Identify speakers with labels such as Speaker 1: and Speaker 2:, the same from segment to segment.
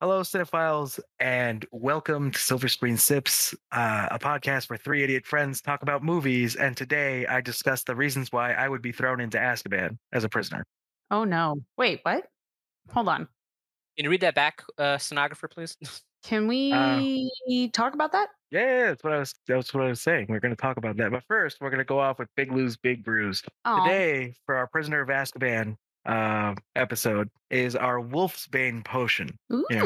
Speaker 1: Hello, Cinephiles, and welcome to Silver Screen Sips, uh, a podcast where three idiot friends talk about movies. And today I discuss the reasons why I would be thrown into Azkaban as a prisoner.
Speaker 2: Oh no. Wait, what? Hold on.
Speaker 3: Can you read that back, uh, stenographer, please?
Speaker 2: Can we
Speaker 1: Uh
Speaker 2: talk about that?
Speaker 1: Yeah, yeah, that's what I was. That's what I was saying. We're going to talk about that, but first we're going to go off with Big Lou's Big Brews.
Speaker 2: Aw.
Speaker 1: Today, for our Prisoner of Azkaban uh, episode, is our Wolf's Bane potion.
Speaker 2: Ooh.
Speaker 1: yeah.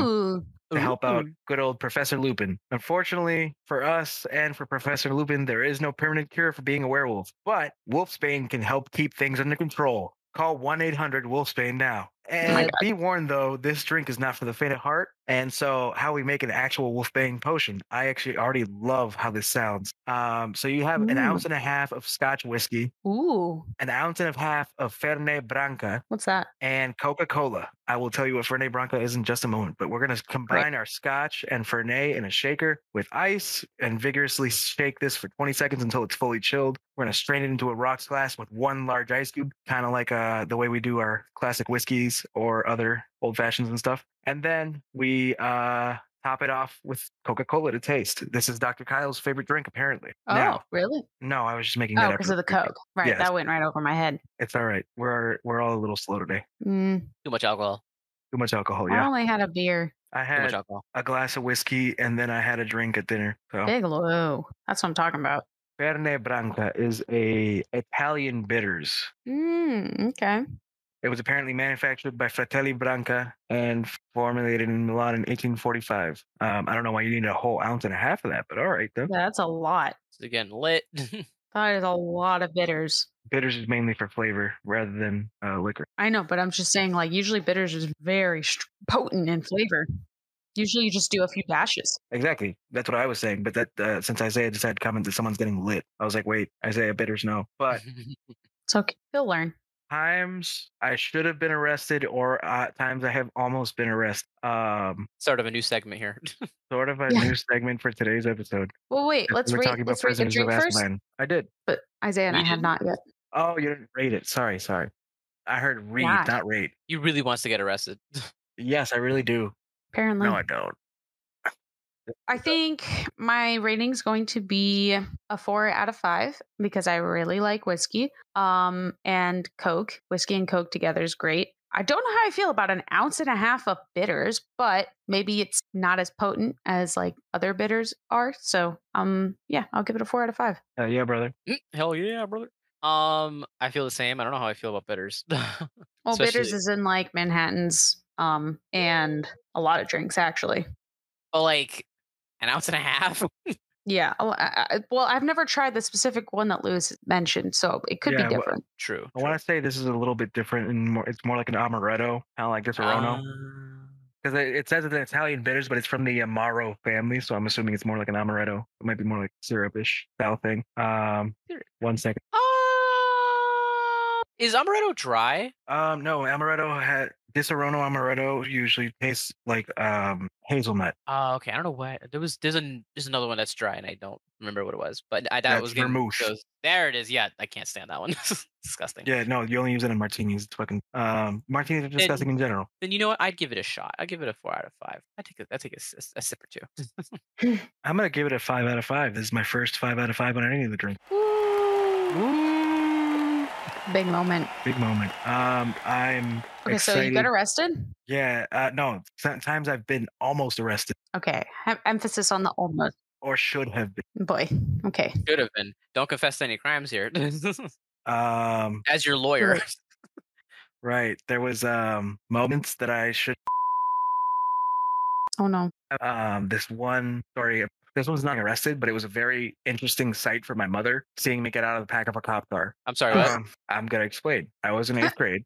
Speaker 1: to help out
Speaker 2: Ooh.
Speaker 1: good old Professor Lupin. Unfortunately for us and for Professor Lupin, there is no permanent cure for being a werewolf, but Wolfsbane can help keep things under control. Call 1 800 Wolfsbane now.
Speaker 2: Oh
Speaker 1: And be warned though, this drink is not for the faint of heart. And so, how we make an actual Wolfsbane potion, I actually already love how this sounds. Um, so, you have an
Speaker 2: Ooh.
Speaker 1: ounce and a half of Scotch whiskey,
Speaker 2: Ooh.
Speaker 1: an ounce and a half of Fernet Branca,
Speaker 2: What's that?
Speaker 1: and Coca Cola. I will tell you what Fernet Branca is in just a moment, but we're going to combine our scotch and Fernet in a shaker with ice and vigorously shake this for 20 seconds until it's fully chilled. We're going to strain it into a rocks glass with one large ice cube, kind of like uh, the way we do our classic whiskeys or other old fashions and stuff. And then we uh, top it off with Coca Cola to taste. This is Dr. Kyle's favorite drink, apparently.
Speaker 2: Oh,
Speaker 1: Now,
Speaker 2: really?
Speaker 1: no, I was just making
Speaker 2: Oh,
Speaker 1: that up.
Speaker 2: because of the Coke. Right.
Speaker 1: Yes.
Speaker 2: That went right over my head.
Speaker 1: It's all right. We're, we're all a little slow today.
Speaker 2: Mm,
Speaker 3: Too much alcohol.
Speaker 1: Too much alcohol, Oh,
Speaker 2: I
Speaker 1: yeah.
Speaker 2: only had a beer.
Speaker 1: I
Speaker 3: Too
Speaker 1: had
Speaker 3: much alcohol.
Speaker 1: a glass of whiskey and then I had a drink at dinner. So
Speaker 2: Big low. That's what I'm talking about.
Speaker 1: Fernet Branca is a Italian bitters.
Speaker 2: Mm, okay.
Speaker 1: It was apparently manufactured by Fratelli Branca and formulated in Milan in 1845. Um, I don't know why you need a whole ounce and a half of that, but all right though.
Speaker 2: That's a lot.
Speaker 3: This is getting lit.
Speaker 2: That is a lot of bitters.
Speaker 1: Bitters is mainly for flavor rather than uh, liquor.
Speaker 2: I know, but I'm just saying, like, usually bitters is very str- potent in flavor. Usually you just do a few dashes.
Speaker 1: Exactly. That's what I was saying. But that uh, since Isaiah just had comment that someone's getting lit, I was like, wait, Isaiah, bitters, no. But
Speaker 2: It's okay. He'll learn.
Speaker 1: times I should have been arrested or uh, times I have almost been arrested. Um,
Speaker 3: Sort of a new segment here.
Speaker 1: sort of a
Speaker 2: Yeah.
Speaker 1: new segment for today's episode.
Speaker 2: Well, wait. Let's
Speaker 1: We're
Speaker 2: rate,
Speaker 1: talking about
Speaker 2: let's rate the
Speaker 1: prisoners
Speaker 2: drink
Speaker 1: of
Speaker 2: first.
Speaker 1: Azkaban. I did.
Speaker 2: But Isaiah and
Speaker 3: You
Speaker 2: I had
Speaker 3: didn't?
Speaker 2: not yet.
Speaker 1: Oh, you didn't rate it. Sorry, sorry. I heard read,
Speaker 2: Yeah.
Speaker 1: not rate.
Speaker 3: he really wants to get arrested.
Speaker 1: Yes, I really do.
Speaker 2: Apparently,
Speaker 1: No, I don't.
Speaker 2: I think my rating's going to be a four out of five because I really like whiskey. Um, and Coke. Whiskey and Coke together is great. I don't know how I feel about an ounce and a half of bitters, but maybe it's not as potent as like other bitters are. So, um, yeah, I'll give it a four out of five.
Speaker 1: Uh, yeah, brother.
Speaker 3: Mm, Hell yeah, brother. Um, I feel the same. I don't know how I feel about bitters.
Speaker 2: Well, bitters
Speaker 3: Especially-
Speaker 2: is in like Manhattan's, um, and a lot of drinks actually.
Speaker 3: but like an ounce and a half.
Speaker 2: Yeah. oh, I- I- Well, I've never tried the specific one that Lewis mentioned, so it could
Speaker 1: Yeah,
Speaker 2: be
Speaker 1: well,
Speaker 2: different.
Speaker 3: True.
Speaker 1: I want to say this is a little bit different and more. It's more like an amaretto, kind of like this Orono,
Speaker 2: Um.
Speaker 3: Um,
Speaker 1: because it, it says it's an Italian bitters, but it's from the Amaro family. So I'm assuming it's more like an amaretto. It might be more like syrupish style thing. Um,
Speaker 3: Syrup.
Speaker 1: one second.
Speaker 3: Ah, is amaretto dry?
Speaker 1: Um, no, amaretto had this Orono amaretto usually tastes like um hazelnut.
Speaker 3: Oh, okay. I don't know why there was. There's an there's another one that's dry, and I don't remember what it was. But I thought
Speaker 1: That's
Speaker 3: it was getting
Speaker 1: vermouth.
Speaker 3: those- There it is. Yeah, I can't stand that one. Disgusting.
Speaker 1: Yeah, no, you only use it in martinis. It's fucking um, martinis are disgusting in general.
Speaker 3: Then you know what? I'd give it a shot. I'd give it a four out of five. I take a, I take a, s- a s- a sip or two.
Speaker 1: I'm gonna give it a five out of five. This is my first five out of five on any of the drink. Mm.
Speaker 2: Big moment.
Speaker 1: Big moment. Um, I'm
Speaker 2: Okay,
Speaker 1: excited.
Speaker 2: so you got arrested?
Speaker 1: yeah, uh, no, sometimes I've been almost arrested
Speaker 2: Okay. Em- emphasis on the almost.
Speaker 1: or should have been.
Speaker 2: Boy. Okay.
Speaker 3: Should have been. Don't confess to any crimes here.
Speaker 1: Um,
Speaker 3: As your lawyer,
Speaker 1: right. There was um moments that I should.
Speaker 2: Oh no.
Speaker 1: um, this one story. This one's not arrested, but it was a very interesting sight for my mother seeing me get out of the back of a cop car.
Speaker 3: I'm sorry. What?
Speaker 1: Um, I'm gonna explain. I was in eighth grade.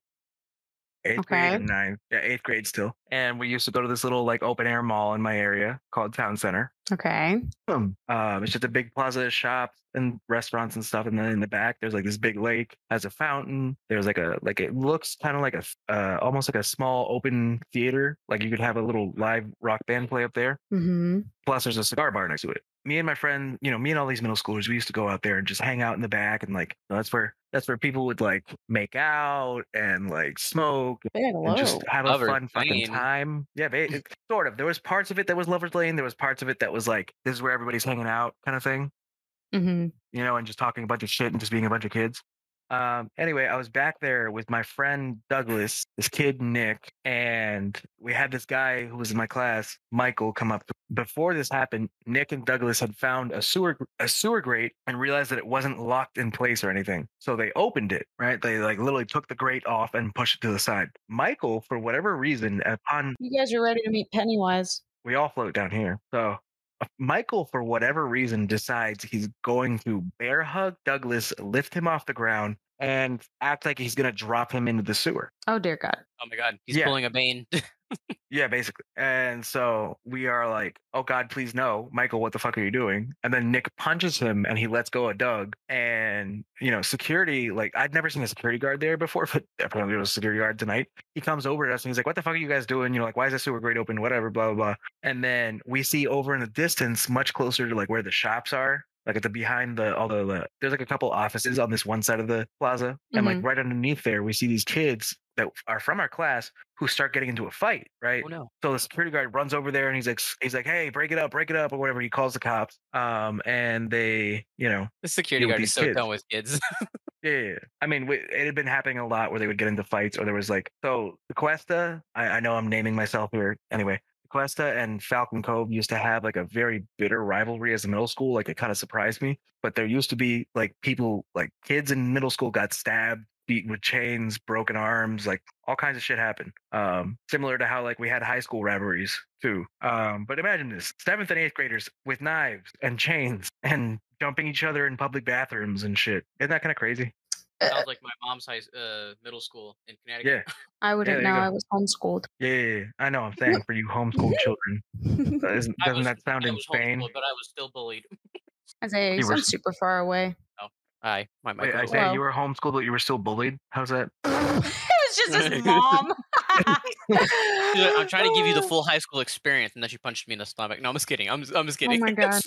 Speaker 1: Eighth grade
Speaker 2: Okay.
Speaker 1: and ninth. Yeah, eighth grade still. And we used to go to this little like open air mall in my area called Town Center.
Speaker 2: Okay.
Speaker 1: Um, it's just a big plaza of shops and restaurants and stuff. And then in the back, there's like this big lake, has a fountain. There's like a like it looks kind of like a uh, almost like a small open theater. Like you could have a little live rock band play up there.
Speaker 2: Mm-hmm.
Speaker 1: Plus, there's a cigar bar next to it. me and my friend, you know, me and all these middle schoolers, we used to go out there and just hang out in the back, and like that's where that's where people would like make out and like smoke and just have a
Speaker 3: Lover's
Speaker 1: fun fucking
Speaker 3: Lane.
Speaker 1: time. Yeah, ba- it, sort of. There was parts of it that was lovers lane. There was parts of it that was like this is where everybody's hanging out kind of thing,
Speaker 2: hmm
Speaker 1: you know, and just talking a bunch of shit and just being a bunch of kids. Um, anyway, I was back there with my friend Douglas, this kid Nick, and we had this guy who was in my class, Michael, come up. Before this happened, Nick and Douglas had found a sewer gr- a sewer grate and realized that it wasn't locked in place or anything. So they opened it, right? They like literally took the grate off and pushed it to the side. Michael, for whatever reason, upon
Speaker 2: You guys are ready to meet Pennywise.
Speaker 1: we all float down here. So uh, Michael, for whatever reason, decides he's going to bear hug Douglas, lift him off the ground, and act like he's going to drop him into the sewer.
Speaker 2: Oh dear God.
Speaker 3: Oh my god, he's
Speaker 1: Yeah.
Speaker 3: pulling a Bane.
Speaker 1: Yeah, basically. And so we are like, oh God, please no. Michael, what the fuck are you doing? And then Nick punches him and he lets go of Doug. And, you know, security, like I'd never seen a security guard there before, but apparently there was a security guard tonight. He comes over to us and he's like, what the fuck are you guys doing? You know, like, why is the sewer grate open? Whatever, blah, blah, blah. And then we see over in the distance, much closer to like where the shops are. Like at the behind the all the, the there's like a couple offices on this one side of the plaza, and like right underneath there, we see these kids that are from our class who start getting into a fight, right?
Speaker 3: oh no.
Speaker 1: So the security guard runs over there and he's like, s- he's like, hey, break it up, break it up, or whatever. He calls the cops. Um, and they, you know,
Speaker 3: The security
Speaker 1: Deal with
Speaker 3: guard
Speaker 1: these
Speaker 3: is so
Speaker 1: kids. Uh,
Speaker 3: done with kids.
Speaker 1: yeah, yeah, yeah. I mean, we, it had been happening a lot where they would get into fights, or there was like, so the Cuesta. I, I know I'm naming myself here. Anyway, Cuesta and Falcon Cove used to have like a very bitter rivalry as a middle school. Like it kind of surprised me, but there used to be like people, like kids in middle school got stabbed, beaten with chains, broken arms, like all kinds of shit happened. Um, similar to how like we had high school rivalries too. Um, but imagine this: seventh and eighth graders with knives and chains and jumping each other in public bathrooms and shit. Isn't that kind of crazy?
Speaker 2: Uh,
Speaker 3: Sounds like my mom's high s- uh, middle school in Connecticut.
Speaker 2: I wouldn't
Speaker 1: there you
Speaker 2: know.
Speaker 1: go.
Speaker 2: I was homeschooled.
Speaker 1: Yeah, yeah, yeah. I know. I'm saying for you homeschool children, Uh, isn't,
Speaker 3: I
Speaker 1: doesn't
Speaker 3: was-
Speaker 1: that sound
Speaker 3: I was
Speaker 1: insane?
Speaker 3: homeschooled, but I was still bullied.
Speaker 2: As I
Speaker 1: You were-
Speaker 2: sound super far away.
Speaker 3: Hi, my
Speaker 1: Wait, I
Speaker 3: microphone.
Speaker 1: say
Speaker 2: Well-
Speaker 1: you were homeschooled, but you were still bullied. How's that?
Speaker 2: it was just his mom.
Speaker 3: Yeah, I'm trying to give you the full high school experience, and then she punched me in the stomach. No, I'm just kidding. I'm just, I'm just
Speaker 2: Oh
Speaker 3: kidding.
Speaker 2: my god.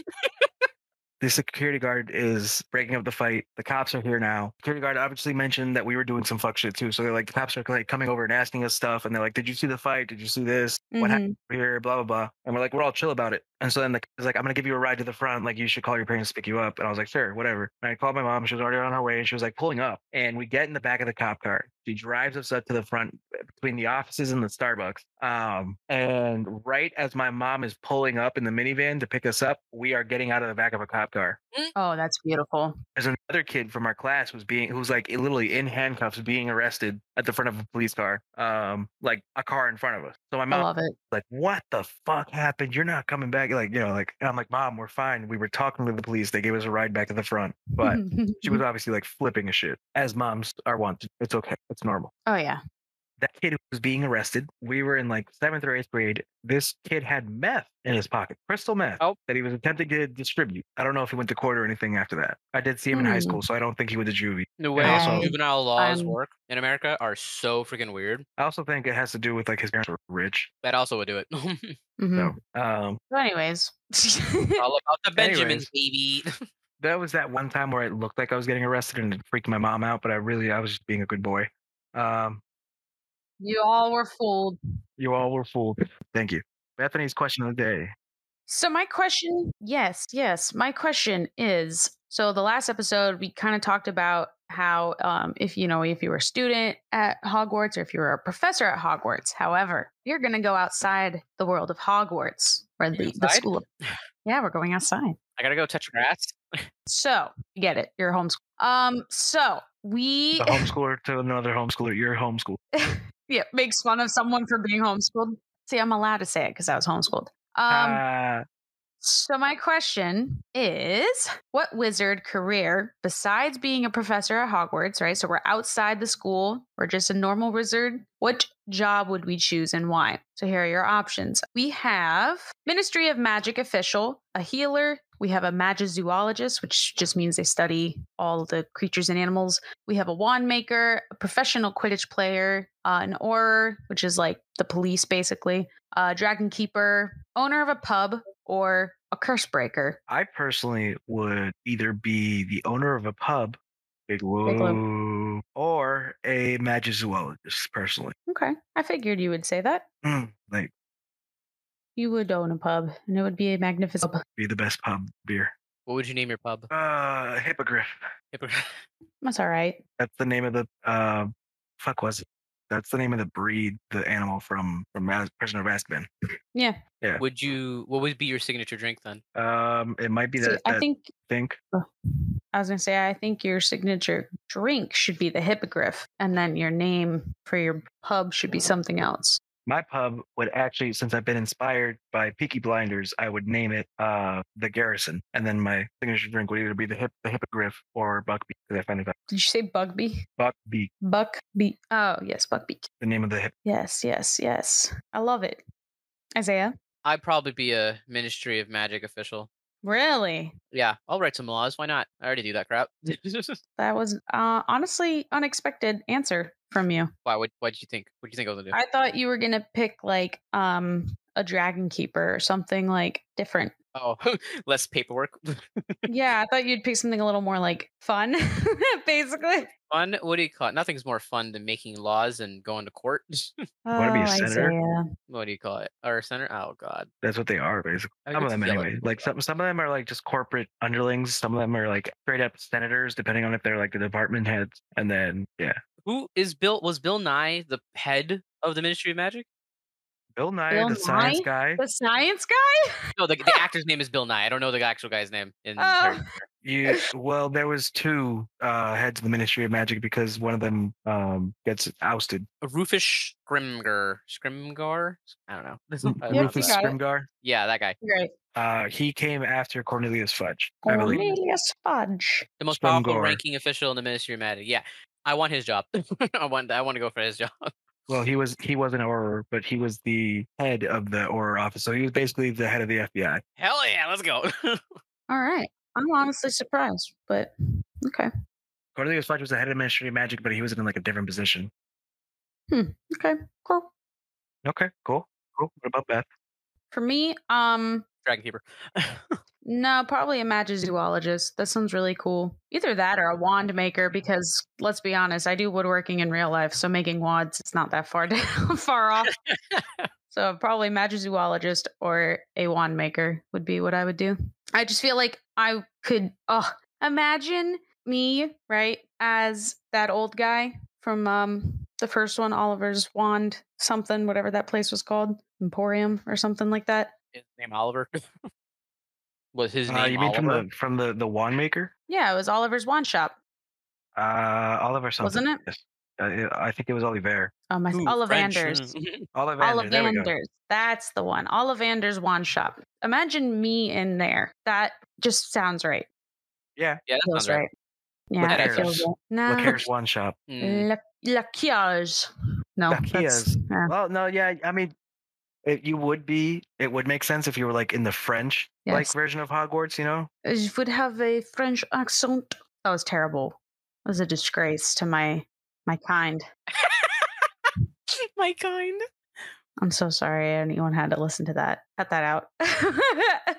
Speaker 1: The security guard is breaking up the fight. The cops are here now. Security guard obviously mentioned that we were doing some fuck shit too. So they're like, the cops are like coming over and asking us stuff, and they're like, "Did you see the fight? Did you see this? What happened?"
Speaker 2: Mhm.
Speaker 1: here, blah blah blah. And we're like, we're all chill about it. And so then the is like, I'm gonna give you a ride to the front. Like you should call your parents to pick you up. And I was like, sure, whatever. And I called my mom. She was already on her way, and she was like pulling up. And we get in the back of the cop car. She drives us up to the front uh, between the offices and the Starbucks. Um, and right as my mom is pulling up in the minivan to pick us up, we are getting out of the back of a cop car.
Speaker 2: Oh, that's beautiful.
Speaker 1: There's another kid from our class who's being who's like literally in handcuffs being arrested at the front of a police car. Um, like a car in front of us. So my
Speaker 2: I
Speaker 1: mom
Speaker 2: love it.
Speaker 1: like, what the fuck happened? You're not coming back. Like, you know, like, and I'm like, mom, we're fine. We were talking to the police. They gave us a ride back to the front. But she was obviously like flipping a shit, as moms are wanted. It's okay. It's normal
Speaker 2: oh yeah.
Speaker 1: that kid who was being arrested. We were in like seventh or eighth grade. This kid had meth in his pocket, crystal meth,
Speaker 3: Oh.
Speaker 1: that he was attempting to distribute. I don't know if he went to court or anything after that. I did see him in high
Speaker 2: Hmm.
Speaker 1: school, so I don't think he went to juvie.
Speaker 3: The way
Speaker 1: also-
Speaker 3: juvenile laws
Speaker 2: I'm-
Speaker 3: work in America are so freaking weird.
Speaker 1: I also think it has to do with like his parents were rich.
Speaker 3: That also would do it.
Speaker 2: Mhm.
Speaker 1: So, um,
Speaker 2: So anyways.
Speaker 3: All about the Benjamins,
Speaker 1: Anyways.
Speaker 3: baby.
Speaker 1: that was that one time where it looked like I was getting arrested and it freaked my mom out, but I really, I was just being a good boy. Um,
Speaker 2: you all were fooled.
Speaker 1: you all were fooled. Thank you. Bethany's question of the day.
Speaker 2: So my question, yes, yes, my question is so the last episode we kind of talked about how um if you know if you were a student at Hogwarts or if you were a professor at Hogwarts, however, you're going to go outside the world of Hogwarts or the, the
Speaker 3: Inside?
Speaker 2: school. of- yeah, we're going outside.
Speaker 3: I gotta go touch grass.
Speaker 2: So, you get it. You're homeschool. Um so we
Speaker 1: The homeschooler to another homeschooler. You're homeschooled.
Speaker 2: yeah, makes fun of someone for being homeschooled. See, I'm allowed to say it cuz I was homeschooled. Um
Speaker 1: Ah,
Speaker 2: So, my question is what wizard career, besides being a professor at Hogwarts, right? So, we're outside the school, we're just a normal wizard. What job would we choose and why? So here are your options. We have Ministry of Magic official, a healer. We have a magizoologist, which just means they study all the creatures and animals. We have a wand maker, a professional Quidditch player, uh, an orer, which is like the police basically, a dragon keeper, owner of a pub, or a curse breaker.
Speaker 1: I personally would either be the owner of a pub, Big
Speaker 2: Low.
Speaker 1: Low, or a magizoologist, personally.
Speaker 2: Okay. I figured you would say that.
Speaker 1: Mm, like,
Speaker 2: You would own a pub and it would be a magnificent pub.
Speaker 1: be the best pub beer.
Speaker 3: What would you name your pub?
Speaker 1: Uh, Hippogriff.
Speaker 3: Hippogriff.
Speaker 2: That's all right.
Speaker 1: That's the name of the, uh, fuck was it? That's the name of the breed, the animal from, from Ras- Prisoner of Azkaban.
Speaker 2: Yeah.
Speaker 1: Yeah.
Speaker 3: Would you? What would be your signature drink then?
Speaker 1: Um, it might be
Speaker 2: See,
Speaker 1: that,
Speaker 2: I
Speaker 1: that
Speaker 2: think
Speaker 1: think.
Speaker 2: I was gonna say I think your signature drink should be the hippogriff, and then your name for your pub should be something else.
Speaker 1: My pub would actually, since I've been inspired by Peaky Blinders, I would name it uh, the Garrison, and then my signature drink would either be the hip, the hippogriff or buckbeak. Because I find it
Speaker 2: Did you say bugby?
Speaker 1: buckbeak,
Speaker 2: Buckbeak. Oh yes, buckbeak.
Speaker 1: the name of the hip.
Speaker 2: Yes, yes, yes. I love it. Isaiah,
Speaker 3: I'd probably be a Ministry of Magic official.
Speaker 2: really?
Speaker 3: Yeah, I'll write some laws. Why not? I already do that crap.
Speaker 2: That was uh, honestly unexpected answer from you.
Speaker 3: Why? What? What did you think? What do you think I was gonna do?
Speaker 2: I thought you were gonna pick like um a dragon keeper or something like different.
Speaker 3: oh, less paperwork.
Speaker 2: yeah, I thought you'd pick something a little more like fun, basically.
Speaker 3: fun. What do you call it? Nothing's more fun than making laws and going to court.
Speaker 1: wanna be a senator?
Speaker 2: Isaiah.
Speaker 3: what do you call it? Or center? Oh God.
Speaker 1: That's what they are, basically.
Speaker 3: I
Speaker 1: Some
Speaker 3: could
Speaker 1: of them,
Speaker 3: yell at
Speaker 1: anyway.
Speaker 3: people.
Speaker 1: Like some, some of them are like just corporate underlings. Some of them are like straight up senators, depending on if they're like the department heads. And then, yeah,
Speaker 3: Who is Bill? Was Bill Nye the head of the Ministry of Magic?
Speaker 1: Bill Nye,
Speaker 2: Bill
Speaker 1: the science
Speaker 2: Nye?
Speaker 1: guy.
Speaker 2: The science guy?
Speaker 3: No, the, the actor's name is Bill Nye. I don't know the actual guy's name. In Harry
Speaker 2: Oh.
Speaker 3: Potter.
Speaker 1: You well, there was two uh, heads of the Ministry of Magic because one of them um, gets ousted.
Speaker 3: Rufus Scrimgar. Scrimgar? I don't know. I don't know
Speaker 1: Rufus
Speaker 2: Oh, got it.
Speaker 1: Scrimgar.
Speaker 3: Yeah, that guy.
Speaker 2: Right.
Speaker 1: Uh, he came after Cornelius Fudge,
Speaker 2: Oh,
Speaker 1: I believe.
Speaker 2: Cornelius Fudge.
Speaker 3: The most powerful
Speaker 1: Scrimgeour.
Speaker 3: ranking official in the Ministry of Magic. Yeah. I want his job. I want I want to go for his job.
Speaker 1: Well, he was he was an Auror, but he was the head of the Auror office, so he was basically the head of the FBI.
Speaker 3: Hell yeah, let's go.
Speaker 2: All right. I'm honestly surprised, but okay.
Speaker 1: Cornelius Fudge was the head of the Ministry of Magic, but he was in like a different position.
Speaker 2: Okay. Cool.
Speaker 1: Okay, cool, cool. What about Beth?
Speaker 2: For me, um,
Speaker 3: Dragon Keeper.
Speaker 2: no, probably a magizoologist. That sounds really cool. Either that or a wand maker, because let's be honest, I do woodworking in real life, so making wands is not that far down, far off. So probably magizoologist or a wand maker would be what I would do. I just feel like I could oh imagine me, right, as that old guy from um the first one, Oliver's Wand, something, whatever that place was called, Emporium or something like that.
Speaker 3: his name Oliver. Was his name
Speaker 1: Uh, you mean
Speaker 3: Oliver?
Speaker 1: from the from the the wand maker?
Speaker 2: Yeah, it was Oliver's Wand Shop,
Speaker 1: Uh, Oliver something.
Speaker 2: wasn't it?
Speaker 1: Yes. Uh, I think it was Oliver.
Speaker 2: Oh my
Speaker 3: Ooh, French,
Speaker 2: Ollivanders.
Speaker 3: mm.
Speaker 1: Ollivander. There we go.
Speaker 2: Ollivander's. That's the one. Ollivander's Wand Shop. Imagine me in there. That just sounds right.
Speaker 1: Yeah.
Speaker 3: yeah, that
Speaker 2: Feels
Speaker 3: sounds right.
Speaker 2: right. Yeah, that
Speaker 3: cares?
Speaker 2: feels right.
Speaker 1: Look
Speaker 2: No.
Speaker 1: here's one shop.
Speaker 3: Mm.
Speaker 2: La, la Kiage. No,
Speaker 1: La
Speaker 2: that's- yeah.
Speaker 1: Well, no, yeah. I mean, it, you would be. It would make sense if you were like in the French like
Speaker 2: Yes.
Speaker 1: version of Hogwarts. You know,
Speaker 2: You would have a French accent. That was terrible. That was a disgrace to my my kind.
Speaker 3: My kind.
Speaker 2: I'm so sorry anyone had to listen to that. Cut that out.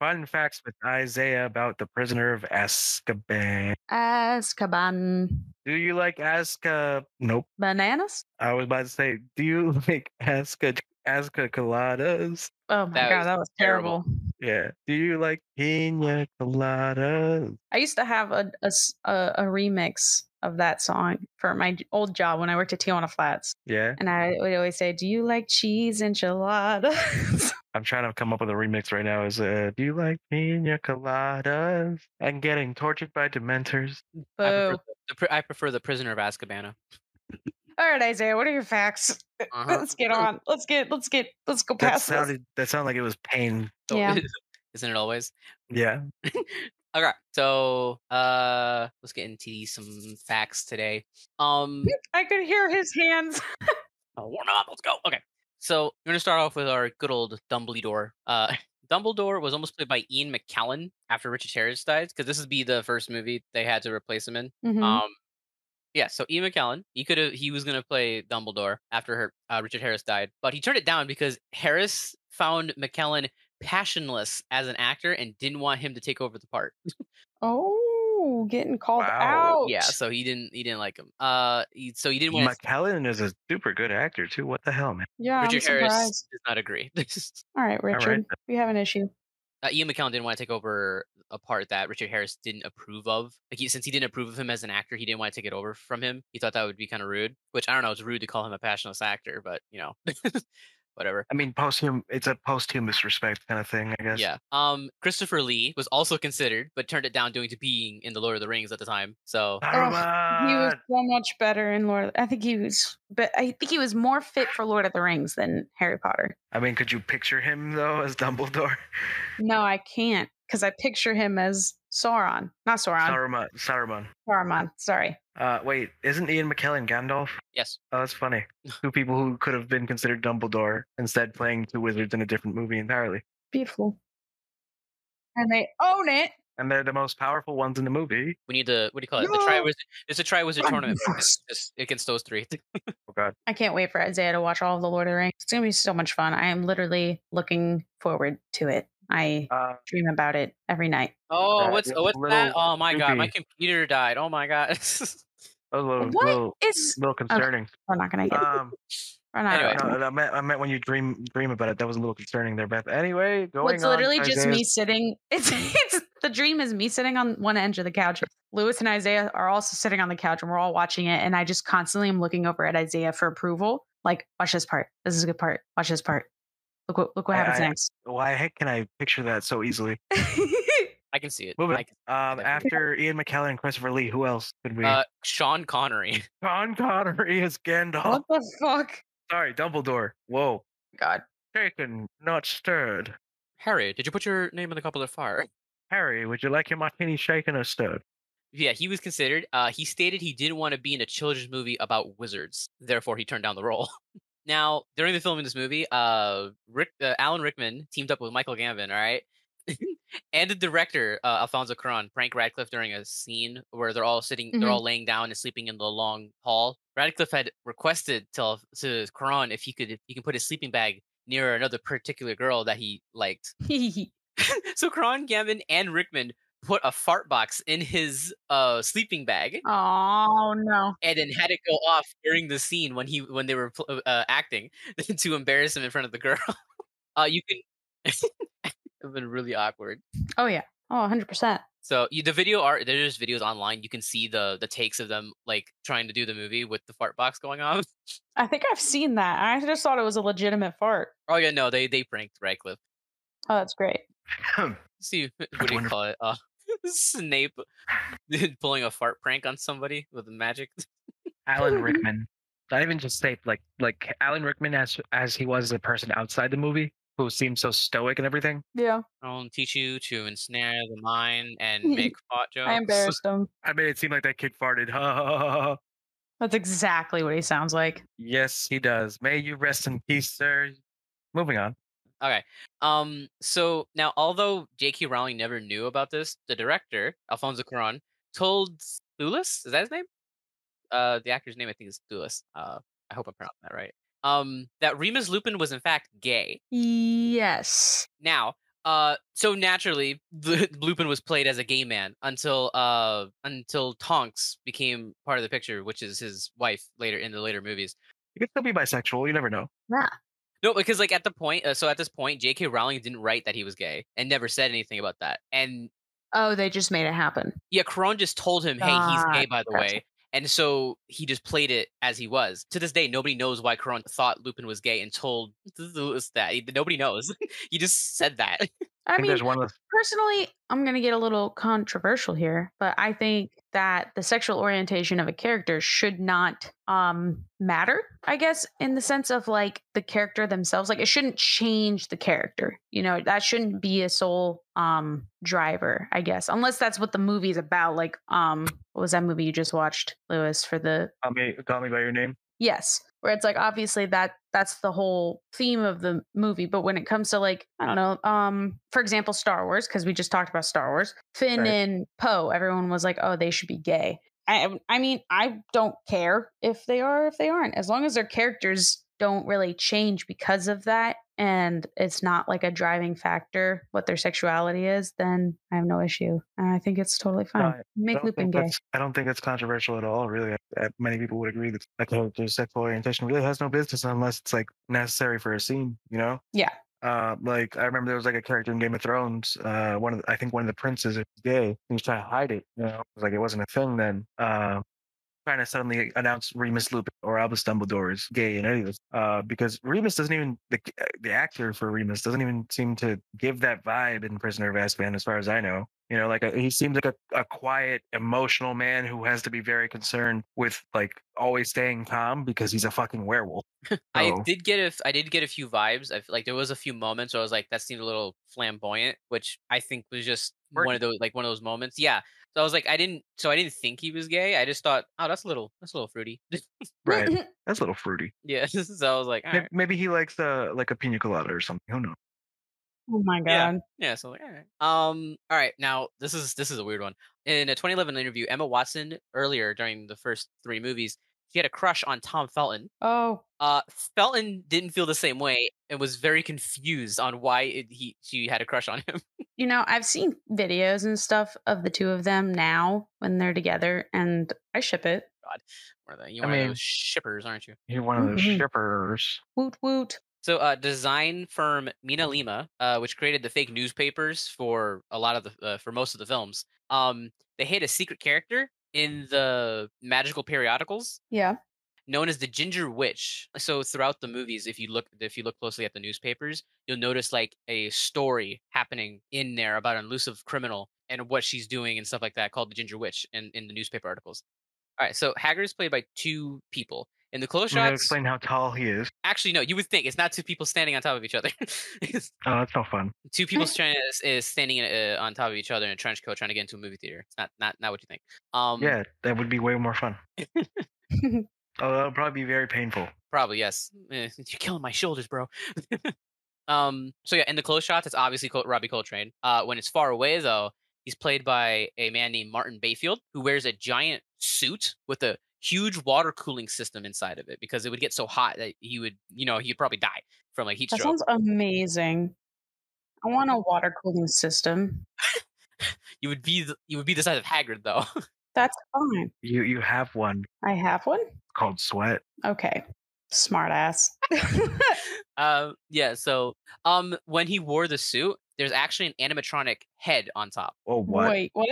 Speaker 1: fun facts with Isaiah about the prisoner of Azkaban.
Speaker 2: Azkaban.
Speaker 1: Do you like Azka? Nope.
Speaker 2: Bananas?
Speaker 1: I was about to say, do you like Azka Azka coladas?
Speaker 2: Oh my
Speaker 3: That
Speaker 2: god,
Speaker 3: was
Speaker 2: that was
Speaker 3: terrible.
Speaker 2: terrible.
Speaker 1: Yeah. Do you like pina coladas?
Speaker 2: I used to have a, a s- a- a remix of that song for my j- old job when I worked at Tijuana Flats.
Speaker 1: Yeah.
Speaker 2: And I would always say, Do you like cheese enchiladas?
Speaker 1: I'm trying to come up with a remix right now. Is uh, do you like pina coladas and getting tortured by dementors?
Speaker 3: I prefer,
Speaker 2: Boo.
Speaker 3: the, the, pri- I prefer the prisoner of Azkaban.
Speaker 2: All right, Isaiah, what are your facts?
Speaker 3: Uh, Uh-huh.
Speaker 2: Let's get on. Let's get let's get let's go
Speaker 1: That
Speaker 2: past this.
Speaker 1: sounded that sounded like it was pain.
Speaker 2: Yeah.
Speaker 3: Isn't it always?
Speaker 1: Yeah.
Speaker 3: All right. So uh let's get into some facts today. Um
Speaker 2: I could hear his hands.
Speaker 3: oh, warm up, let's go. Okay. So we're gonna start off with our good old Dumbledore. Uh Dumbledore was almost played by Ian McKellen after Richard Harris died, because this would be the first movie they had to replace him in.
Speaker 2: Mhm.
Speaker 3: Um, yeah, so Ian McKellen, he could have, he was gonna play Dumbledore after her, uh, Richard Harris died, but he turned it down because Harris found McKellen passionless as an actor and didn't want him to take over the part.
Speaker 2: oh, getting called
Speaker 1: Wow.
Speaker 2: out.
Speaker 3: Yeah, so he didn't, he didn't like him. Uh, he, so he didn't want.
Speaker 1: McKellen is a super good actor too. What the hell, man?
Speaker 2: Yeah.
Speaker 3: Richard
Speaker 2: I'm
Speaker 3: Harris
Speaker 2: surprised.
Speaker 3: does not agree.
Speaker 2: All
Speaker 1: right,
Speaker 2: right, Richard. We have an issue.
Speaker 3: uh, Ian McKellen didn't want to take over a part that Richard Harris didn't approve of. Like, he, since he didn't approve of him as an actor, he didn't want to take it over from him. He thought that would be kind of rude. Which I don't know. It's rude to call him a passionless actor, but you know, whatever.
Speaker 1: I mean, posthum. It's a posthumous respect kind of thing, I guess.
Speaker 3: Yeah. Um, Christopher Lee was also considered, but turned it down due to being in the Lord of the Rings at the time. So
Speaker 1: Ah.
Speaker 2: Oh, he was
Speaker 1: Saruman!
Speaker 2: so much better in Lord. I think he was, but I think he was more fit for Lord of the Rings than Harry Potter.
Speaker 1: I mean, could you picture him though as Dumbledore?
Speaker 2: No, I can't because I picture him as Sauron, not Sauron,
Speaker 1: Saruman. Saruman.
Speaker 2: Saruman. Sorry.
Speaker 1: Uh, wait, isn't Ian McKellen Gandalf?
Speaker 3: yes,
Speaker 1: Oh, that's funny. Two people who could have been considered Dumbledore instead playing two wizards in a different movie entirely.
Speaker 2: Beautiful. And they own it.
Speaker 1: And they're the most powerful ones in the movie.
Speaker 3: we need the what do you call it? The tri
Speaker 2: No.
Speaker 3: wizard. It's a tri wizard
Speaker 2: I'm
Speaker 3: tournament but
Speaker 2: lost.
Speaker 3: against, just against those three.
Speaker 1: Oh god.
Speaker 2: I can't wait for Isaiah to watch all of the Lord of the Rings. It's gonna be so much fun. I am literally looking forward to it. I
Speaker 1: Uh,
Speaker 2: dream about it every night.
Speaker 3: Oh,
Speaker 1: That
Speaker 3: what's
Speaker 1: is
Speaker 3: oh, what's
Speaker 1: a
Speaker 3: that?
Speaker 1: little
Speaker 3: Oh my god, my computer died. Oh my god.
Speaker 1: that was a little,
Speaker 2: What
Speaker 1: little,
Speaker 2: It's
Speaker 1: little concerning.
Speaker 2: we're not gonna get.
Speaker 1: Um,
Speaker 2: we're not.
Speaker 3: anyway.
Speaker 2: gonna-
Speaker 1: no, I meant, I meant when you dream dream about it. That was a little concerning there, Beth. Anyway, going
Speaker 2: Well, it's literally
Speaker 1: on,
Speaker 2: just me
Speaker 1: Isaiah's-
Speaker 2: sitting. It's it's the dream is me sitting on one edge of the couch. Lewis and Isaiah are also sitting on the couch, and we're all watching it. And I just constantly am looking over at Isaiah for approval. Like, watch this part. This is a good part. Watch this part. Look what look what
Speaker 1: I-
Speaker 2: happens
Speaker 1: I-
Speaker 2: next.
Speaker 1: Why heck can I picture that so easily?
Speaker 3: I can see it.
Speaker 1: Moving
Speaker 3: I can-
Speaker 1: Um,
Speaker 3: Definitely.
Speaker 1: after Ian McKellen and Christopher Lee, who else could we?
Speaker 3: uh, Sean Connery.
Speaker 1: Con Connery is Gandalf.
Speaker 2: what the fuck?
Speaker 1: Sorry, Dumbledore. Whoa.
Speaker 2: God.
Speaker 1: Shaken, not stirred.
Speaker 3: Harry, did you put your name in the couple of fire?
Speaker 1: Harry, would you like your martini shaken or stirred?
Speaker 3: Yeah, he was considered. Uh, he stated he didn't want to be in a children's movie about wizards. Therefore, he turned down the role. now, during the filming of this movie, uh, Rick, uh, Alan Rickman teamed up with Michael Gambon. All right. and the director uh, Alfonso Cuarón prank Radcliffe during a scene where they're all sitting, they're
Speaker 2: Mhm.
Speaker 3: all laying down and sleeping in the long hall. Radcliffe had requested to Alf- to Cuarón if he could if he can put his sleeping bag near another particular girl that he liked. so Karan Gavin and Rickman put a fart box in his uh, sleeping bag
Speaker 2: oh no.
Speaker 3: and then had it go off during the scene when he when they were pl- uh, uh, acting to embarrass him in front of the girl. uh, you can it's been really awkward.
Speaker 2: Oh yeah. Oh, 100 percent.
Speaker 3: So you, the video are there's videos online. You can see the the takes of them like trying to do the movie with the fart box going on.
Speaker 2: I think I've seen that. I just thought it was a legitimate fart.
Speaker 3: Oh yeah, no, they they pranked Radcliffe.
Speaker 2: Oh, that's great.
Speaker 3: See what do you
Speaker 1: wonderful.
Speaker 3: call it? Uh, Snape pulling a fart prank on somebody with magic.
Speaker 1: Alan Rickman. Not even just Snape, like like Alan Rickman as as he was the person outside the movie who seemed so stoic and everything.
Speaker 2: Yeah.
Speaker 3: I'll teach you to ensnare the mind and make fart jokes.
Speaker 2: I embarrassed him.
Speaker 1: I made it seem like that kid farted. Ha, ha, ha, ha, ha.
Speaker 2: That's exactly what he sounds like.
Speaker 1: yes, he does. May you rest in peace, sir. Moving on.
Speaker 3: Um. So now, although J.K. Rowling never knew about this, the director Alfonso Cuarón told Thulis. Is that his name? Uh, the actor's name I think is Thulis. Uh, I hope I'm pronouncing that right. Um, that Remus Lupin was in fact gay.
Speaker 2: Yes.
Speaker 3: Now, uh, so naturally, the, Lupin was played as a gay man until uh until Tonks became part of the picture, which is his wife later in the later movies.
Speaker 1: You could still be bisexual. You never know.
Speaker 3: No, because like at the point, uh, so at this point, J.K. Rowling didn't write that he was gay and never said anything about that. And
Speaker 2: Oh, they just made it happen.
Speaker 3: yeah, Caron just told him, "Hey, he's gay, by the
Speaker 2: gotcha.
Speaker 3: way." And so he just played it as he was. To this day, nobody knows why Caron thought Lupin was gay and told Lewis that. He- Nobody knows. he just said that.
Speaker 1: I,
Speaker 2: I
Speaker 1: think
Speaker 2: mean,
Speaker 1: there's one that's
Speaker 2: personally, I'm going to get a little controversial here, but I think that the sexual orientation of a character should not um matter, I guess, in the sense of like the character themselves. Like it shouldn't change the character. You know, that shouldn't be a sole um driver, I guess, unless that's what the movie's about. Like um what was that movie you just watched, Lewis, for the
Speaker 1: call me, call me by your name.
Speaker 2: Yes. Where it's like obviously that that's the whole theme of the movie, but when it comes to like I don't know, um, for example, Star Wars, because we just talked about Star Wars, Finn
Speaker 1: Right.
Speaker 2: and Poe, everyone was like, oh, they should be gay. I um, I mean, I don't care if they are or if they aren't, as long as their characters don't really change because of that, and it's not like a driving factor what their sexuality is. Then I have no issue, and I think it's totally fine.
Speaker 1: I I
Speaker 2: Make
Speaker 1: don't
Speaker 2: Lupin
Speaker 1: think
Speaker 2: gay.
Speaker 1: that's- I don't think that's controversial at all. Really, I, I, many people would agree that a character's sexual orientation really has no business unless it's like necessary for a scene. You know?
Speaker 2: Yeah.
Speaker 1: Uh, like I remember there was like a character in Game of Thrones. Uh, one of the, I think one of the princes is gay. And he was trying to hide it. You know, it was like it wasn't a thing then. Uh, trying to suddenly announce Remus Lupin or Albus Dumbledore is gay in any of this, uh, because Remus doesn't even the uh, the actor for Remus doesn't even seem to give that vibe in Prisoner of Azkaban, as far as I know. You know, like a, he seems like a, a quiet, emotional man who has to be very concerned with like always staying calm because he's a fucking werewolf.
Speaker 3: I
Speaker 1: So-
Speaker 3: did get a, f- I did get a few vibes. I f- like there was a few moments where I was like, that seemed a little flamboyant, which I think was just one of those like one of those moments. Yeah. So I was like, I didn't, so I didn't think he was gay. I just thought, oh, that's a little, that's a little fruity.
Speaker 1: Right. That's a little fruity.
Speaker 3: yeah. So I was like, all
Speaker 1: May-
Speaker 3: right.
Speaker 1: Maybe he likes uh, like a pina colada or something. Who knows?
Speaker 2: oh my god.
Speaker 3: Yeah. Yeah, so like, all right. Um, all right. Now this is this is a weird one. In a 2011 interview, Emma Watson earlier during the first three movies, she had a crush on Tom Felton.
Speaker 2: Oh.
Speaker 3: Uh, Felton didn't feel the same way and was very confused on why it, he she had a crush on him.
Speaker 2: you know, I've seen videos and stuff of the two of them now when they're together, and I ship it.
Speaker 3: Or the- You're
Speaker 1: I
Speaker 3: one of
Speaker 1: mean-
Speaker 3: those shippers, aren't you?
Speaker 1: You're one of those
Speaker 3: Mm-hmm.
Speaker 2: Mhm.
Speaker 1: shippers.
Speaker 2: Woot woot.
Speaker 3: So, uh, design firm Mina Lima, uh, which created the fake newspapers for a lot of the uh, for most of the films, um, they hid a secret character in the magical periodicals
Speaker 2: Yeah.
Speaker 3: known as the ginger witch so throughout the movies if you look if you look closely at the newspapers you'll notice like a story happening in there about an elusive criminal and what she's doing and stuff like that called the ginger witch in, in the newspaper articles all right so haggard is played by two people in the close
Speaker 1: I'm gonna
Speaker 3: shots
Speaker 1: explain how tall he is.
Speaker 3: actually no you would think it's not two people standing on top of each other It's
Speaker 1: Oh, that's no fun.
Speaker 3: two people trying to, is standing in, uh, on top of each other in a trench coat trying to get into a movie theater it's not not not what you think um
Speaker 1: Yeah, that would be way more fun. Although that'll probably be very painful.
Speaker 3: Probably yes. Eh, You're killing my shoulders, bro. um. So yeah, in the close shots, it's obviously Col- Robbie Coltrane. Uh, when it's far away though, he's played by a man named Martin Bayfield, who wears a giant suit with a huge water cooling system inside of it because it would get so hot that he would, you know, he'd probably die from like heat
Speaker 2: That
Speaker 3: stroke.
Speaker 2: sounds amazing. I want a water cooling system.
Speaker 3: You would be the, you would be the size of Hagrid though.
Speaker 2: That's fine.
Speaker 1: You you have one
Speaker 2: I have one.
Speaker 1: called sweat.
Speaker 2: Okay. Smart ass.
Speaker 3: uh, yeah. So um, when he wore the suit, there's actually an animatronic head on top.
Speaker 1: Oh what?
Speaker 2: Wait, what?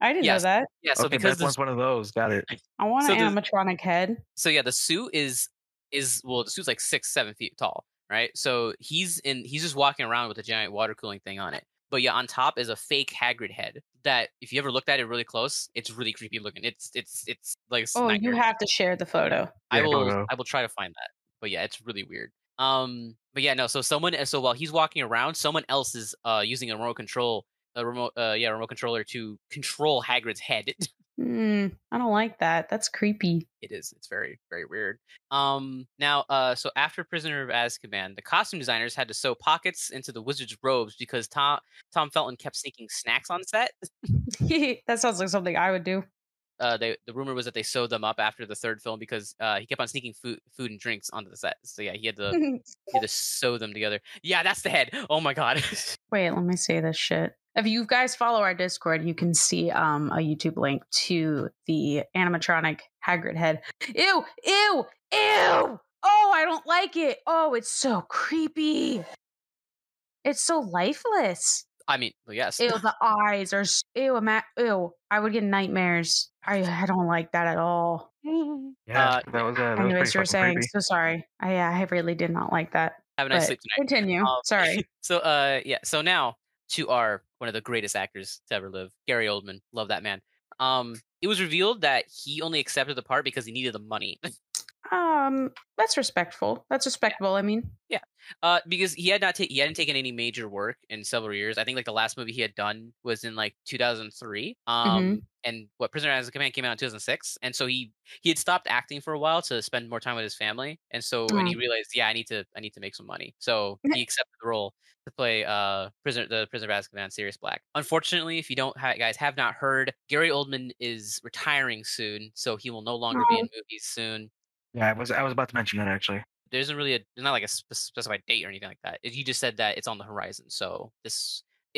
Speaker 2: I didn't
Speaker 3: Yes.
Speaker 2: know that.
Speaker 3: Yeah. So
Speaker 1: okay,
Speaker 3: because
Speaker 1: Beth
Speaker 3: this
Speaker 1: wants one of those. Got it.
Speaker 2: I want
Speaker 3: So
Speaker 2: an
Speaker 3: does-
Speaker 2: animatronic head.
Speaker 3: so yeah, the suit is is well, the suit's like six, seven feet tall, right? So he's in he's just walking around with a giant water cooling thing on it. But yeah, on top is a fake Hagrid head that if you ever looked at it really close, it's really creepy looking. It's it's it's like it's
Speaker 2: Oh,
Speaker 3: not
Speaker 2: you
Speaker 3: your-
Speaker 2: have to share the photo.
Speaker 3: I
Speaker 1: Yeah,
Speaker 3: will
Speaker 1: photo.
Speaker 3: I will try to find that. But yeah, it's really weird. Um but yeah, no, so someone eh, so while he's walking around, someone else is uh using a remote control a remote uh yeah, remote controller to control Hagrid's head.
Speaker 2: Hmm. I don't like that. That's creepy.
Speaker 3: it is it's very very weird um now uh so after prisoner of azkaban the costume designers had to sew pockets into the wizard's robes because tom tom felton kept sneaking snacks on set
Speaker 2: that sounds like something I would do.
Speaker 3: uh they the rumor was that they sewed them up after the third film because uh he kept on sneaking food food and drinks onto the set so yeah he had to he had to sew them together yeah that's the head oh my god
Speaker 2: Wait, let me say this shit. If you guys follow our Discord, you can see um a YouTube link to the animatronic Hagrid head. Ew, ew, ew! Oh, I don't like it. Oh, it's so creepy. It's so lifeless.
Speaker 3: i mean well, yes
Speaker 2: Ew, the eyes are s- ew, ima- ew. I would get nightmares. I I don't like that at all.
Speaker 1: Yeah,
Speaker 3: Uh,
Speaker 1: that was uh, that was pretty
Speaker 2: Anyways, you were
Speaker 1: fucking
Speaker 2: saying
Speaker 1: creepy.
Speaker 2: so sorry. I yeah, I really did not like that.
Speaker 3: have a nice
Speaker 2: but
Speaker 3: sleep tonight
Speaker 2: Continue.
Speaker 3: Um,
Speaker 2: sorry.
Speaker 3: so uh Um, yeah so now to our one of the greatest actors to ever live, Gary Oldman. Love that man. Um, it was revealed that he only accepted the part because he needed the money.
Speaker 2: Um, that's respectful. That's respectable. I mean,
Speaker 3: Uh, because he had not ta- he hadn't taken any major work in several years. I think like the last movie he had done was in like 2003. Um, and what Prisoner as a Command came out in 2006, and so he he had stopped acting for a while to spend more time with his family, and so when he realized, yeah, I need to I need to make some money, so he accepted the role to play uh prisoner the prisoner of Azkaban, Sirius Black. Unfortunately, if you don't ha- guys have not heard, Gary Oldman is retiring soon, so he will no longer be in movies soon
Speaker 1: Yeah, I was I was about to mention that actually.
Speaker 3: there isn't really a there's not like a spe- specified date or anything like that. It- You just said that it's on the horizon, so this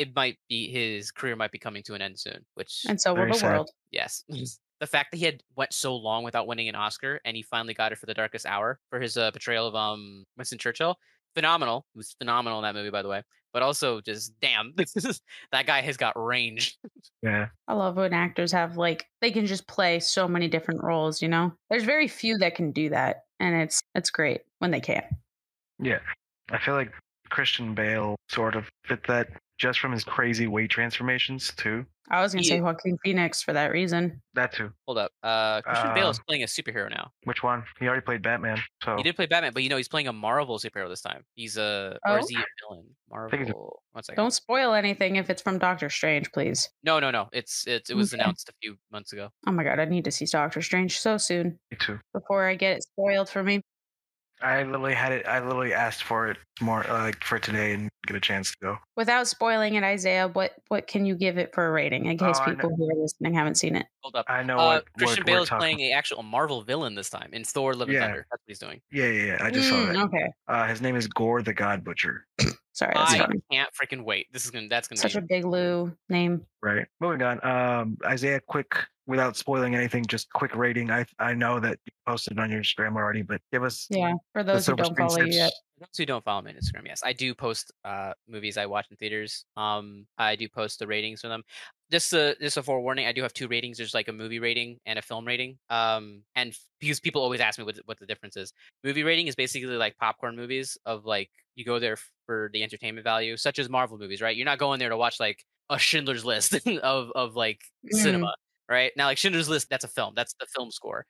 Speaker 3: it might be his career might be coming to an end soon. Which
Speaker 2: and so will
Speaker 1: Very
Speaker 2: the
Speaker 1: sad.
Speaker 2: world.
Speaker 3: yes, the fact that he had went so long without winning an Oscar and he finally got it for The Darkest Hour for his uh, portrayal of um Winston Churchill, phenomenal. He was phenomenal in that movie, by the way. But also just damn, that guy has got range.
Speaker 1: Yeah.
Speaker 2: I love when actors have like they can just play so many different roles. You know, there's very few that can do that, and it's it's great when they can.
Speaker 1: Yeah. I feel like Christian Bale sort of fit that just from his crazy weight transformations too.
Speaker 2: I was gonna say
Speaker 3: Yeah.
Speaker 2: Joaquin Phoenix for that reason.
Speaker 1: That too.
Speaker 3: Hold up, uh, Christian Bale is
Speaker 1: Um,
Speaker 3: playing a superhero now.
Speaker 1: Which one? He already played Batman. So
Speaker 3: He did play Batman, but you know he's playing a Marvel superhero this time. He's a or is
Speaker 2: Oh.
Speaker 3: he a villain?
Speaker 1: think he's a-
Speaker 3: Marvel. One second.
Speaker 2: Don't spoil anything if it's from Doctor Strange, please.
Speaker 3: No, no, no. It's it's it was
Speaker 2: Okay.
Speaker 3: announced a few months ago.
Speaker 2: Oh my god, I need to see Doctor Strange so soon
Speaker 1: me too.
Speaker 2: before I get it spoiled for me.
Speaker 1: I literally had it I literally asked for it more uh, like for today and get a chance to go.
Speaker 2: Without spoiling it, Isaiah, what what can you give it for a rating in case
Speaker 1: Oh, I know.
Speaker 2: people who are listening haven't seen it?
Speaker 3: Hold up.
Speaker 1: I know
Speaker 3: Uh,
Speaker 1: what
Speaker 3: Christian
Speaker 1: what we're
Speaker 3: Bale is
Speaker 1: talking-
Speaker 3: playing a actual Marvel villain this time in Thor: Love and
Speaker 1: Yeah.
Speaker 3: Thunder. That's what he's doing.
Speaker 1: Yeah, yeah, yeah. I just saw
Speaker 2: Mm,
Speaker 1: that.
Speaker 2: Okay,
Speaker 1: Uh, his name is Gore the God Butcher,
Speaker 2: sorry, that's
Speaker 3: I
Speaker 2: funny.
Speaker 3: can't freaking wait. This is gonna that's gonna
Speaker 2: Such
Speaker 3: be
Speaker 2: a big Lou name.
Speaker 1: right? Moving on. Um, Isaiah, quick, without spoiling anything, just quick rating. I I know that you posted it on your Instagram already, but give us
Speaker 2: Yeah, for
Speaker 1: the
Speaker 2: those who
Speaker 1: silver
Speaker 2: don't
Speaker 1: screen
Speaker 2: follow you
Speaker 1: tips.
Speaker 2: yet.
Speaker 3: For those who don't follow me on Instagram, yes, I do post uh, movies I watch in theaters. Um, I do post the ratings for them. Just a just a forewarning, I do have two ratings. There's like a movie rating and a film rating. Um, and f- because people always ask me what th- what the difference is. Movie rating is basically like popcorn movies of like you go there for the entertainment value, such as Marvel movies, right? You're not going there to watch like a Schindler's List of of like cinema, right? Now like Schindler's List, that's a film. That's the film score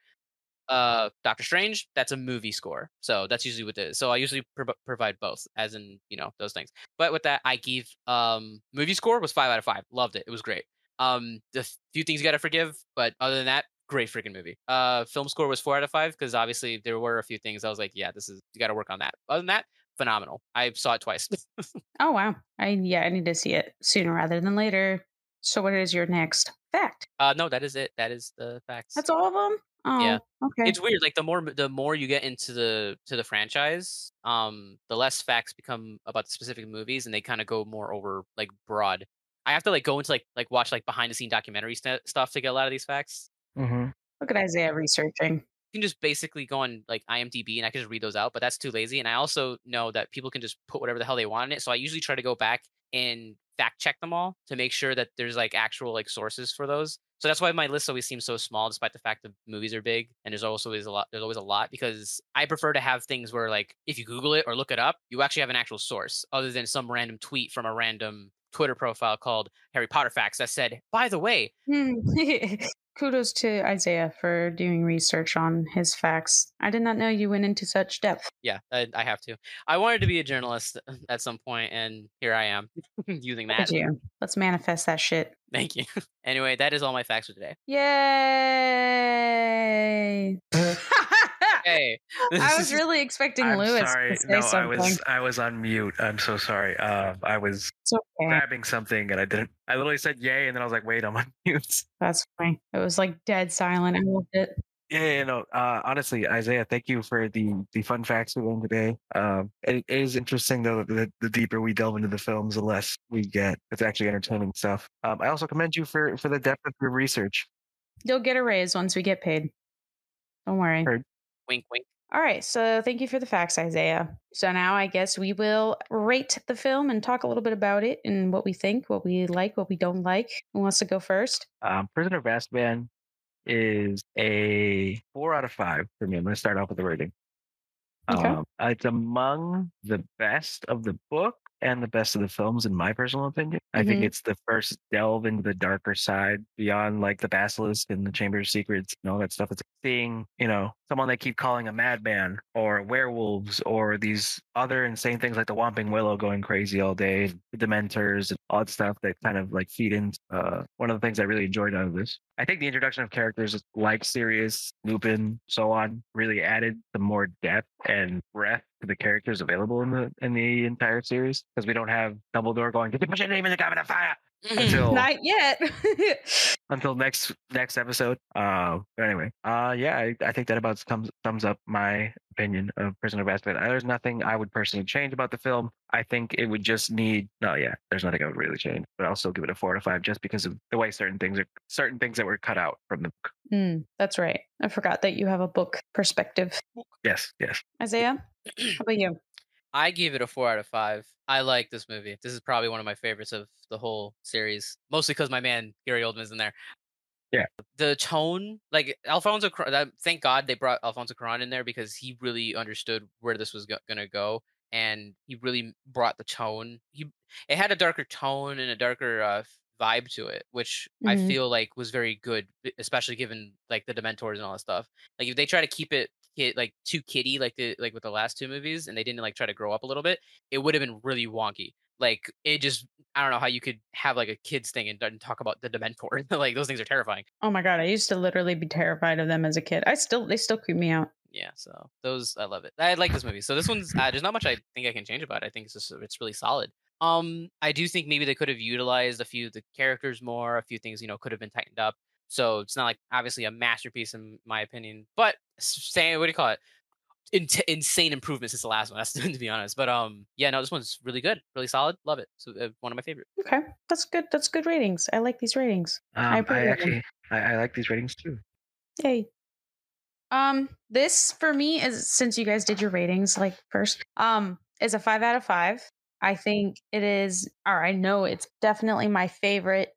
Speaker 3: uh Doctor Strange, that's a movie score. So that's usually what it is. So I usually pro- provide both as in, you know, those things. But with that, I give um movie score was 5 out of 5. Loved it. It was great. Um the f- few things you got to forgive, but other than that, great freaking movie. Uh film score was 4 out of 5 cuz obviously there were a few things I was like, yeah, this is you got to work on that. Other than that, phenomenal. I saw it twice.
Speaker 2: Oh wow. I yeah, I need to see it sooner rather than later. So what is your next fact?
Speaker 3: uh no, that is it. That is the facts.
Speaker 2: That's all of them? Oh,
Speaker 3: Yeah.
Speaker 2: okay.
Speaker 3: it's weird like the more the more you get into the to the franchise um the less facts become about the specific movies and they kind of go more over like broad i have to like go into like like watch like behind the scene documentary st- stuff to get a lot of these facts
Speaker 1: Mhm.
Speaker 2: Look at Isaiah researching.
Speaker 3: you can just basically go on like imdb and i can just read those out but that's too lazy and i also know that people can just put whatever the hell they want in it so i usually try to go back and fact check them all to make sure that there's like actual like sources for those so that's why my list always seems so small despite the fact that movies are big and there's also always a lot there's always a lot because i prefer to have things where like if you google it or look it up you actually have an actual source other than some random tweet from a random twitter profile called harry potter facts that said by the way
Speaker 2: Hmm. Kudos to Isaiah for doing research on his facts. I did not know you went into such depth.
Speaker 3: yeah, I, I have to. I wanted to be a journalist at some point, and here I am using
Speaker 2: Look
Speaker 3: that.
Speaker 2: at you. Let's manifest that shit.
Speaker 3: Thank you. Anyway, that is all my facts for today.
Speaker 2: Yay!
Speaker 1: Mm-hmm.
Speaker 3: Hey,
Speaker 2: I was really expecting
Speaker 1: I'm
Speaker 2: Lewis
Speaker 1: sorry.
Speaker 2: to say
Speaker 1: No, I
Speaker 2: something.
Speaker 1: was I was on mute. I'm so sorry. Uh, I was
Speaker 2: It's okay.
Speaker 1: grabbing something and I didn't. I literally said yay, and then I was like, wait, I'm on mute.
Speaker 2: That's fine. It was like dead silent. I loved it.
Speaker 1: Yeah, yeah, no. Uh, honestly, Isaiah, thank you for the the fun facts we learned today. Um, it, it is interesting though that the, the deeper we delve into the films, the less we get. It's actually entertaining stuff. Um, I also commend you for for the depth of your research.
Speaker 2: You'll get a raise once we get paid. Don't worry.
Speaker 1: Heard.
Speaker 3: wink, wink.
Speaker 2: All right. So thank you for the facts, Isaiah. So now I guess we will rate the film and talk a little bit about it and what we think, what we like, what we don't like. Who wants to go first?
Speaker 1: Um, Prisoner of Azkaban is a four out of five for me. I'm going to start off with the rating.
Speaker 2: Okay.
Speaker 1: Um, it's among the best of the book and the best of the films, in my personal opinion. I think
Speaker 2: Mhm.
Speaker 1: it's the first delve into the darker side beyond like the basilisk and the chamber of secrets and all that stuff. It's seeing, you know, someone they keep calling a madman or werewolves or these other insane things like the Whomping Willow going crazy all day, the Dementors, and all that stuff that kind of like feed into uh, one of the things I really enjoyed out of this. I think the introduction of characters like Sirius, Lupin, so on, really added some more depth and breadth to the characters available in the in the entire series because we don't have Dumbledore going, "Did you put your name in the Goblet of Fire?" Until
Speaker 2: Not yet.
Speaker 1: until next next episode. Uh, but anyway, uh, yeah, I, I think that about comes sums up my opinion of Prisoner of Azkaban. Uh, There's nothing I would personally change about the film. I think it would just need no, yeah, there's nothing I would really change, but I'll still give it a four out of five just because of the way certain things are certain things that were cut out from the book.
Speaker 2: Mm, that's right. I forgot that you have a book perspective.
Speaker 1: Yes, yes.
Speaker 2: Isaiah, how about you?
Speaker 3: I give it a four out of five. I like this movie. This is probably one of my favorites of the whole series, mostly because my man Gary Oldman's in there.
Speaker 1: Yeah.
Speaker 3: The tone, like Alfonso, Cuar- that- thank God they brought Alfonso Cuarón in there because he really understood where this was go- gonna go, and he really brought the tone. He it had a darker tone and a darker uh, f- vibe to it, which I
Speaker 2: Mhm.
Speaker 3: feel like was very good, e- especially given like the Dementors and all that stuff. Like if they try to keep it kid like too kiddy like the like with the last two movies and they didn't like try to grow up a little bit, it would have been really wonky. Like it just I don't know how you could have like a kids thing and, and talk about the Dementor. like those things are terrifying.
Speaker 2: Oh my god, I used to literally be terrified of them as a kid. I still they still creep me out.
Speaker 3: Yeah, so those I love it. I like this movie. So this one's uh, there's not much I think I can change about it. I think it's just it's really solid. Um, I do think maybe they could have utilized a few of the characters more. A few things you know could have been tightened up. So it's not like obviously a masterpiece in my opinion, but say what do you call it? In- insane improvement since the last one. That's to be honest. But um, yeah, no, this one's really good, really solid. Love it. So uh, one of my favorite.
Speaker 2: Okay, that's good. That's good ratings. I like these ratings.
Speaker 1: Um,
Speaker 2: I
Speaker 1: I,
Speaker 2: approve of them.
Speaker 1: actually I, I like these ratings too.
Speaker 2: Yay. Um, this for me is since you guys did your ratings like first, um, is a five out of five. I think it is, or I know it's definitely my favorite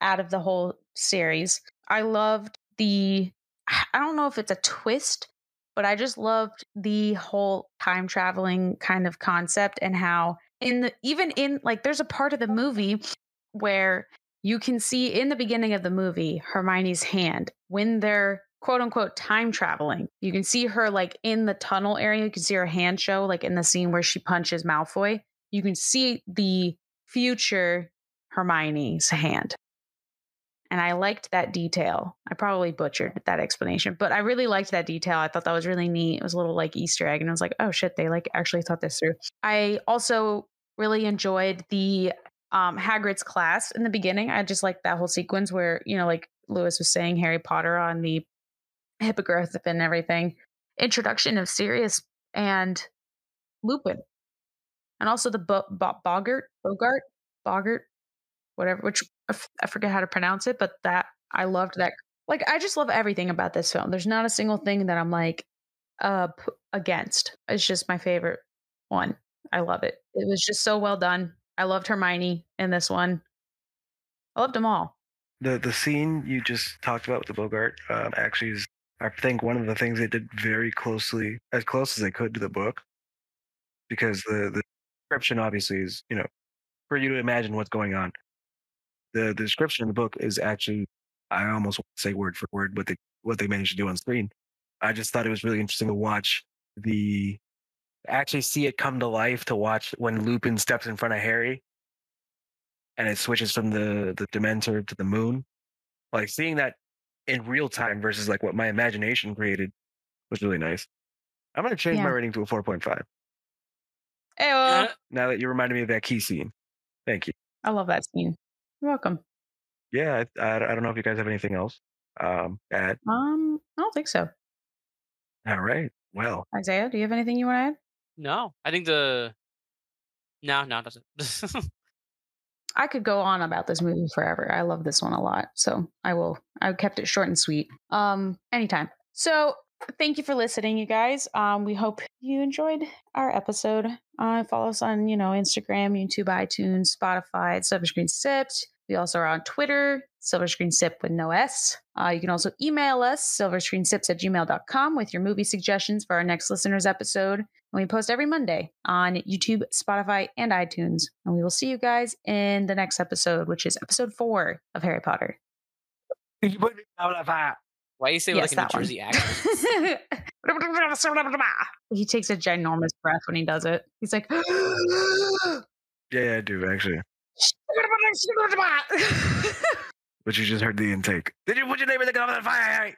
Speaker 2: out of the whole series. I loved the, I don't know if it's a twist, but I just loved the whole time traveling kind of concept and how in the, even in like, there's a part of the movie where you can see in the beginning of the movie Hermione's hand when they're quote unquote time traveling. You can see her like in the tunnel area. You can see her hand show, like in the scene where she punches Malfoy. You can see the future Hermione's hand. And I liked that detail. I probably butchered that explanation, but I really liked that detail. I thought that was really neat. It was a little like Easter egg, and I was like, oh shit, they like actually thought this through. I also really enjoyed the um Hagrid's class in the beginning. I just like that whole sequence where, you know, like Lewis was saying Harry Potter on the hippogriff and everything. Introduction of Sirius and Lupin. And also the Bo- Bo- Bogart, Bogart, Bogart, whatever, which I f- I forget how to pronounce it, but that I loved that. Like, I just love everything about this film. There's not a single thing that I'm like uh, p- against. It's just my favorite one. I love it. It was just so well done. I loved Hermione in this one. I loved them all.
Speaker 1: the the scene you just talked about with the Bogart um, actually is, I think, one of the things they did very closely, as close as they could to the book, because the the description obviously is, you know, for you to imagine what's going on. The, the description in the book is actually, I almost want to say word for word what they what they managed to do on screen. I just thought it was really interesting to watch the actually see it come to life to watch when Lupin steps in front of Harry and it switches from the the dementor to the moon like seeing that in real time versus like what my imagination created was really nice i'm going to change my
Speaker 2: Yeah.
Speaker 1: rating to a 4.5
Speaker 2: Ayo.
Speaker 1: now that you reminded me of that key scene thank you
Speaker 2: I love that scene. You're welcome.
Speaker 1: yeah i, I, I don't know if you guys have anything else um at,
Speaker 2: Um, I don't think so.
Speaker 1: all right well
Speaker 2: Isaiah, do you have anything you want to add?
Speaker 3: No, I think the no, no, it doesn't.
Speaker 2: I could go on about this movie forever. I love this one a lot. So I will. I kept it short and sweet. Um, anytime. So thank you for listening, you guys. Um, we hope you enjoyed our episode. Uh, follow us on, you know, Instagram, YouTube, iTunes, Spotify, Seven Screen Sips. We also are on Twitter, Silver Screen Sip with no S. Uh, you can also email us, silverscreensips at gmail.com, with your movie suggestions for our next listeners episode. And we post every Monday on YouTube, Spotify, and iTunes. And we will see you guys in the next episode, which is episode four of Harry Potter.
Speaker 1: You put me out of that.
Speaker 3: Why you say it like a New Jersey accent?
Speaker 2: he takes a ginormous breath when he does it. He's like,
Speaker 1: Yeah, I do actually. But you just heard the intake. Did you put your neighbor in the gun of the fire? Harry?